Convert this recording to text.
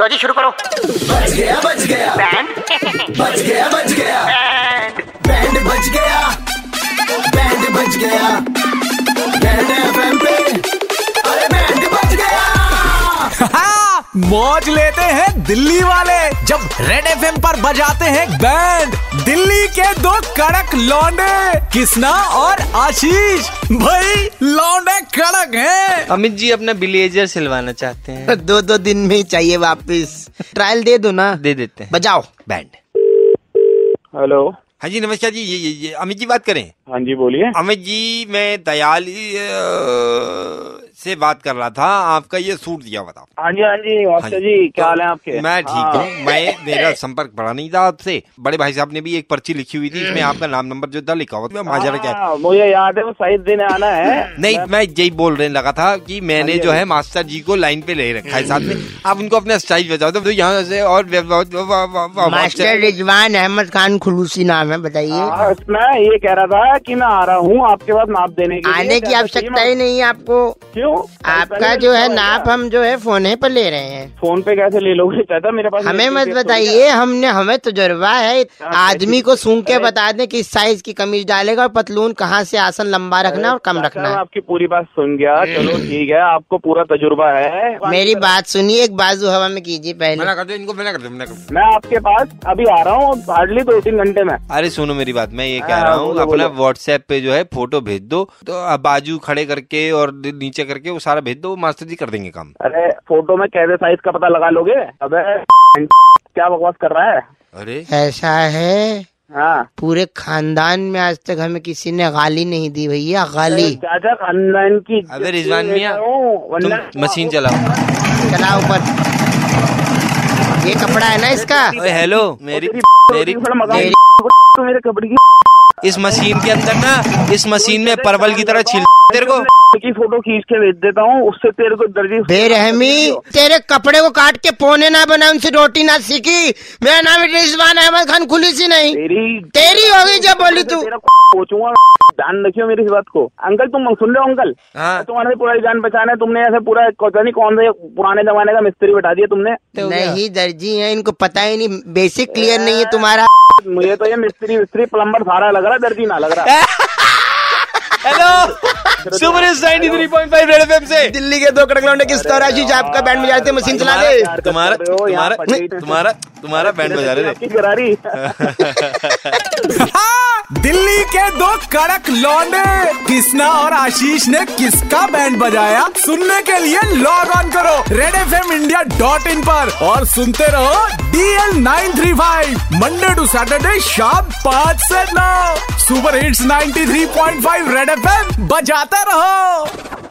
लो जी शुरू करो बच गया बच गया बैंड बच गया बच गया बैंड बैंड बच गया बैंड बच गया बैंड एफएम पे अरे बैंड बच गया हाँ, मौज लेते हैं दिल्ली वाले जब रेड एफ पर बजाते हैं बैंड दिल्ली के दो कड़क लौंडे कृष्णा और आशीष भाई लौंडे कड़क हैं अमित जी अपना बिलेजर सिलवाना चाहते हैं दो दो दिन में ही चाहिए वापस ट्रायल दे दो ना दे देते हैं बजाओ बैंड हेलो हाँ जी नमस्कार जी ये, ये, ये अमित जी बात करें हाँ जी बोलिए अमित जी मैं दयाली अ, से बात कर रहा था आपका ये सूट दिया बताओ हाँ जी हाँ जी मास्टर जी क्या हाल है आपके हाँ। मैं ठीक हूँ मैं मेरा संपर्क बढ़ा नहीं था आपसे बड़े भाई साहब ने भी एक पर्ची लिखी हुई थी इसमें आपका नाम नंबर जो था लिखा हुआ था माजरा क्या है। हम्म। हाँ, मुझे याद है वो सही दिन आना है नहीं मैं यही बोल रहे लगा था कि मैंने हाँ जी, जो हाँ है मास्टर जी को लाइन पे ले रखा है साथ में आप उनको अपना स्टाइल बचाओ तो यहाँ से और वे- वा- वा- वा- वा- वा- मास्टर रिजवान अहमद खान खुलूसी नाम है बताइए हाँ, मैं ये कह रहा था कि मैं आ रहा हूँ आपके पास नाप देने के लिए। आने की क्या आवश्यकता बताइए ही नहीं है आपको मैं- क्यों आपका पहले जो है बताओ नाप क्या? हम जो है फोन पर ले रहे हैं फोन पे कैसे ले लोगे चाहता मेरे पास हमें मेरे मत पे बताइए हमने हमें तजुर्बा है आदमी को सूंघ के अरे- बता दें किस साइज की कमीज डालेगा और पतलून कहाँ से आसन लंबा रखना है और कम चाचा, रखना मैं है आपकी पूरी बात सुन गया चलो ठीक है आपको पूरा तजुर्बा है मेरी बात सुनिए एक बाजू हवा में कीजिए पहले मना कर दो इनको मना कर दो मना कर दो मैं आपके पास अभी आ रहा हूँ हार्डली दो तीन घंटे में अरे सुनो मेरी बात मैं ये कह हाँ, रहा हूँ बोलो, अपना बोलो। व्हाट्सएप पे जो है फोटो भेज दो तो आप बाजू खड़े करके और नीचे करके वो सारा भेज दो वो मास्टर जी कर देंगे काम अरे फोटो में कैसे साइज का पता लगा लोगे अबे क्या बकवास कर रहा है अरे ऐसा है हाँ पूरे खानदान में आज तक हमें किसी ने गाली नहीं दी भैया गाली चाचा खानदान की अबे रिजवान मियां, तो तुम मशीन चलाओ चला ऊपर ये कपड़ा है ना इसका ओए हेलो मेरी मेरी मेरी- तो मेरे कपड़े की इस मशीन के अंदर ना इस मशीन में परवल की तरह छिल तेरे को की फोटो खींच के भेज देता हूँ उससे तेरे को दर्जी बेरहमी तेरे कपड़े को काट के पोने ना बना उनसे रोटी ना सीखी मेरा नाम रिजवान अहमद खान खुली सी नहीं तेरी तेरी होगी जब बोली तू तेरा सोचूंगा ध्यान रखियो मेरी इस बात को अंकल तुम सुन रहे हो अंकल हाँ। तुम्हारी पुरानी जान पहचान है तुमने ऐसे पूरा पता नहीं कौन से पुराने जमाने का मिस्त्री बैठा दिया तुमने नहीं दर्जी है इनको पता ही नहीं बेसिक क्लियर नहीं है तुम्हारा मुझे तो ये मिस्त्री मिस्त्री प्लम्बर सारा लग रहा है दर्जी ना लग रहा hello super ninety three point five red F से दिल्ली के दो कड़क लौंडे किस तरह आशीष तो आपका बैंड बजाते मशीन चला दे यार, तुम्हारा कर रहे हो, यहाँ तुम्हारा पटी- तुम्हारा तुम्हारा बैंड बजा रहे आपकी गरारी हाँ, दिल्ली के दो कड़क लौंडे कृष्णा और आशीष ने किसका बैंड बजाया सुनने के लिए लॉग ऑन करो red F M India dot in पर और सुनते रहो DL nine three five Monday to Saturday शाम पाँच से नौ super hits 93.5 three point five red F M बजाते रहो